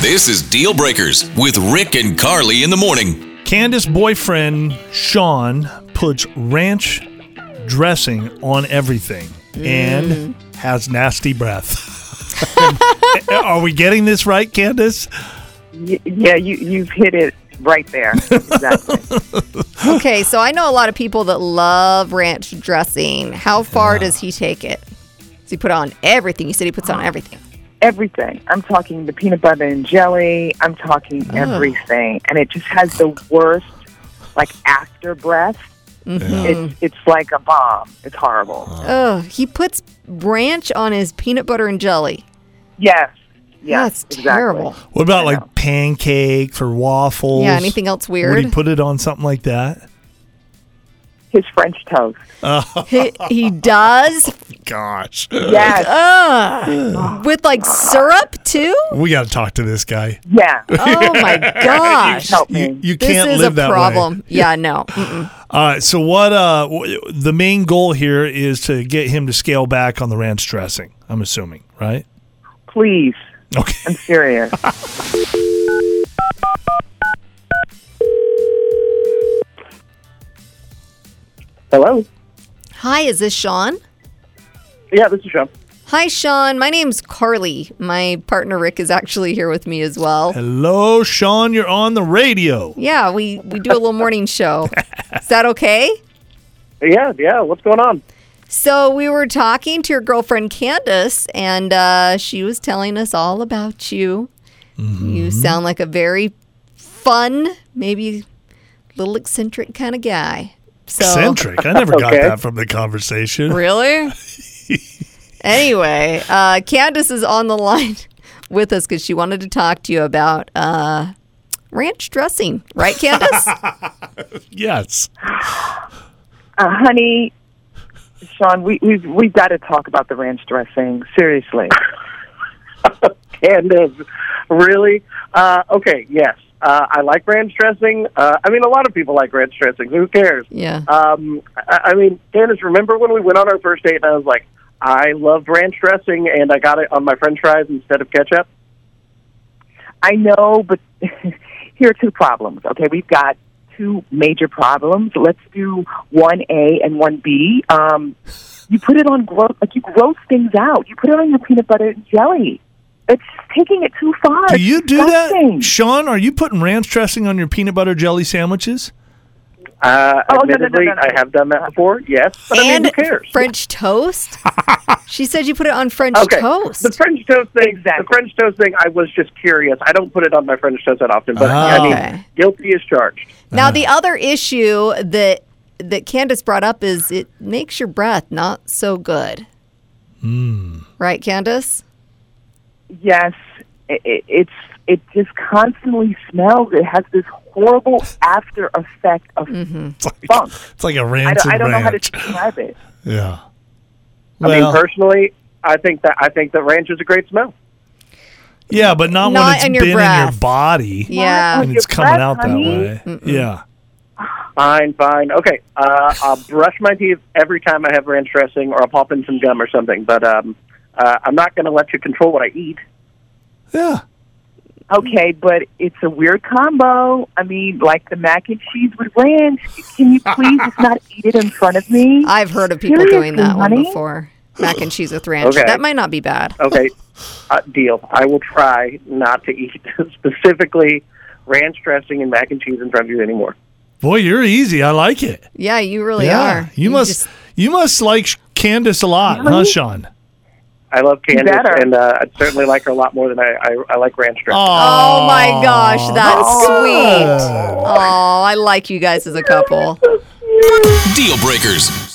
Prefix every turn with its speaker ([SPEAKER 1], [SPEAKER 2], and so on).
[SPEAKER 1] This is Deal Breakers with Rick and Carly in the morning.
[SPEAKER 2] Candace's boyfriend, Sean, puts ranch dressing on everything and
[SPEAKER 3] Mm.
[SPEAKER 2] has nasty breath. Are we getting this right, Candace?
[SPEAKER 4] Y- yeah, you you've hit it right there. Exactly.
[SPEAKER 3] Okay, so I know a lot of people that love ranch dressing. How far does he take it? Does he put on everything? You said he puts on
[SPEAKER 2] Uh,
[SPEAKER 3] everything.
[SPEAKER 4] everything. I'm talking the peanut butter and jelly. I'm talking
[SPEAKER 2] Ah.
[SPEAKER 4] everything, and it just has the worst like after breath.
[SPEAKER 2] Mm-hmm.
[SPEAKER 4] It's it's like a bomb. It's horrible.
[SPEAKER 2] uh. Ah.
[SPEAKER 3] Oh, he puts ranch on his peanut butter and jelly.
[SPEAKER 4] Yes. Yes.
[SPEAKER 3] That's
[SPEAKER 4] exactly.
[SPEAKER 3] terrible.
[SPEAKER 2] What about like pancakes or waffles?
[SPEAKER 3] Yeah, anything else
[SPEAKER 2] Would he
[SPEAKER 3] weird?
[SPEAKER 2] put it on something like that?
[SPEAKER 4] His French toast.
[SPEAKER 3] He, he does
[SPEAKER 2] Gosh.
[SPEAKER 4] Yes.
[SPEAKER 2] uh,
[SPEAKER 3] with like syrup too.
[SPEAKER 2] We got to talk to this guy.
[SPEAKER 4] yeah.
[SPEAKER 3] Oh my gosh,
[SPEAKER 4] Help me.
[SPEAKER 2] uh, You, you
[SPEAKER 3] this
[SPEAKER 2] can't
[SPEAKER 3] is
[SPEAKER 2] live
[SPEAKER 3] a
[SPEAKER 2] that way.
[SPEAKER 3] problem. Yeah, no. Mm-mm.
[SPEAKER 2] All right. So what? Uh, w- the main goal here is to get him to scale back on the ranch dressing. I'm assuming, right?
[SPEAKER 4] Please.
[SPEAKER 2] Okay.
[SPEAKER 4] I'm serious. Hello.
[SPEAKER 3] Hi, is this Sean?
[SPEAKER 4] Yeah, this is Sean.
[SPEAKER 3] Hi, Sean. My name's Carly. My partner Rick is actually here with me as well.
[SPEAKER 2] Hello, Sean. You're on the radio.
[SPEAKER 3] Yeah, we, we do a little morning show. Is that okay?
[SPEAKER 4] Yeah, yeah. What's going on?
[SPEAKER 3] So we were talking to your girlfriend Candace, and uh, she was telling us all about you. You sound like a very fun, maybe little eccentric kind of guy. So
[SPEAKER 2] Eccentric. I never got
[SPEAKER 4] Okay.
[SPEAKER 2] that from the conversation.
[SPEAKER 3] really? anyway, uh, Candace is on the line with us because she wanted to talk to you about uh, ranch dressing, right, Candace?
[SPEAKER 2] Yes.
[SPEAKER 4] Uh, honey, Sean, we, we've we've got to talk about the ranch dressing seriously.
[SPEAKER 5] Candace, really? Uh, okay, yes. Uh, I like ranch dressing. Uh, I mean, a lot of people like ranch dressing. Who cares?
[SPEAKER 3] yeah.
[SPEAKER 5] Um, I, I mean, Candace, remember when we went on our first date and I was like, I loved ranch dressing and I got it on my french fries instead of ketchup?
[SPEAKER 4] I know, but here are two problems. Okay, we've got two major problems. Let's do one A and one B. Um, you put it on gross, like you gross things out. You put it on your peanut butter and jelly. It's taking it too far.
[SPEAKER 2] Do
[SPEAKER 4] It's
[SPEAKER 2] you do that,
[SPEAKER 4] disgusting.
[SPEAKER 2] Sean? Are you putting ranch dressing on your peanut butter jelly sandwiches?
[SPEAKER 5] Uh,
[SPEAKER 4] Oh, no, no, no,
[SPEAKER 5] admittedly,
[SPEAKER 4] no, no.
[SPEAKER 5] I have done that before, yes. But I mean,
[SPEAKER 3] and
[SPEAKER 5] who cares?
[SPEAKER 3] French toast. she said you put it on French
[SPEAKER 5] Okay.
[SPEAKER 3] toast.
[SPEAKER 5] The French toast thing.
[SPEAKER 4] Exactly.
[SPEAKER 5] The French toast thing. I was just curious. I don't put it on my French toast that often, but
[SPEAKER 2] Ah.
[SPEAKER 5] I mean,
[SPEAKER 3] Okay.
[SPEAKER 5] guilty is charged.
[SPEAKER 3] Now the other issue that that Candace brought up is it makes your breath not so good.
[SPEAKER 5] Hmm.
[SPEAKER 3] Right, Candace?
[SPEAKER 4] yes, it, it, it's it just constantly smells. It has this horrible after effect of
[SPEAKER 3] Mm-hmm.
[SPEAKER 2] It's like,
[SPEAKER 4] funk.
[SPEAKER 2] it's like a
[SPEAKER 4] I
[SPEAKER 2] rancid
[SPEAKER 4] don't, I don't know how to
[SPEAKER 2] ranch.
[SPEAKER 4] describe it.
[SPEAKER 2] Yeah.
[SPEAKER 5] I
[SPEAKER 2] Well,
[SPEAKER 5] mean, personally, I think that I think that ranch is a great smell.
[SPEAKER 2] yeah, but not, when
[SPEAKER 3] Not
[SPEAKER 2] it's
[SPEAKER 3] in
[SPEAKER 2] been
[SPEAKER 3] your
[SPEAKER 2] in your
[SPEAKER 3] breath.
[SPEAKER 2] body
[SPEAKER 3] Yeah.
[SPEAKER 2] and
[SPEAKER 4] Your
[SPEAKER 2] it's coming
[SPEAKER 4] breath,
[SPEAKER 2] out that
[SPEAKER 4] honey.
[SPEAKER 2] way. Yeah.
[SPEAKER 5] Fine, fine. Okay, uh, I'll brush my teeth every time I have ranch dressing, or I'll pop in some gum or something. But um, uh, I'm not going to let you control what I eat.
[SPEAKER 2] Yeah.
[SPEAKER 4] Okay, but it's a weird combo. I mean, like the mac and cheese with ranch. Can you please just not eat it in front of me?
[SPEAKER 3] I've heard of people doing that
[SPEAKER 4] Seriously,
[SPEAKER 3] one
[SPEAKER 4] honey?
[SPEAKER 3] before. Mac and cheese with ranch.
[SPEAKER 5] Okay.
[SPEAKER 3] That might not be bad.
[SPEAKER 5] Okay, uh, deal. I will try not to eat specifically ranch dressing and mac and cheese in front of you anymore.
[SPEAKER 2] Boy, you're easy. I like it.
[SPEAKER 3] Yeah, you really
[SPEAKER 2] yeah.
[SPEAKER 3] are.
[SPEAKER 2] You, must
[SPEAKER 3] just-
[SPEAKER 2] you must like Candace a lot, huh, Sean?
[SPEAKER 5] I love Candace,
[SPEAKER 4] better.
[SPEAKER 5] and uh, I certainly like her a lot more than I, I, I like ranch dressing.
[SPEAKER 3] oh my gosh, that's sweet.
[SPEAKER 2] good.
[SPEAKER 3] Oh, I like you guys as a couple.
[SPEAKER 1] Deal Breakers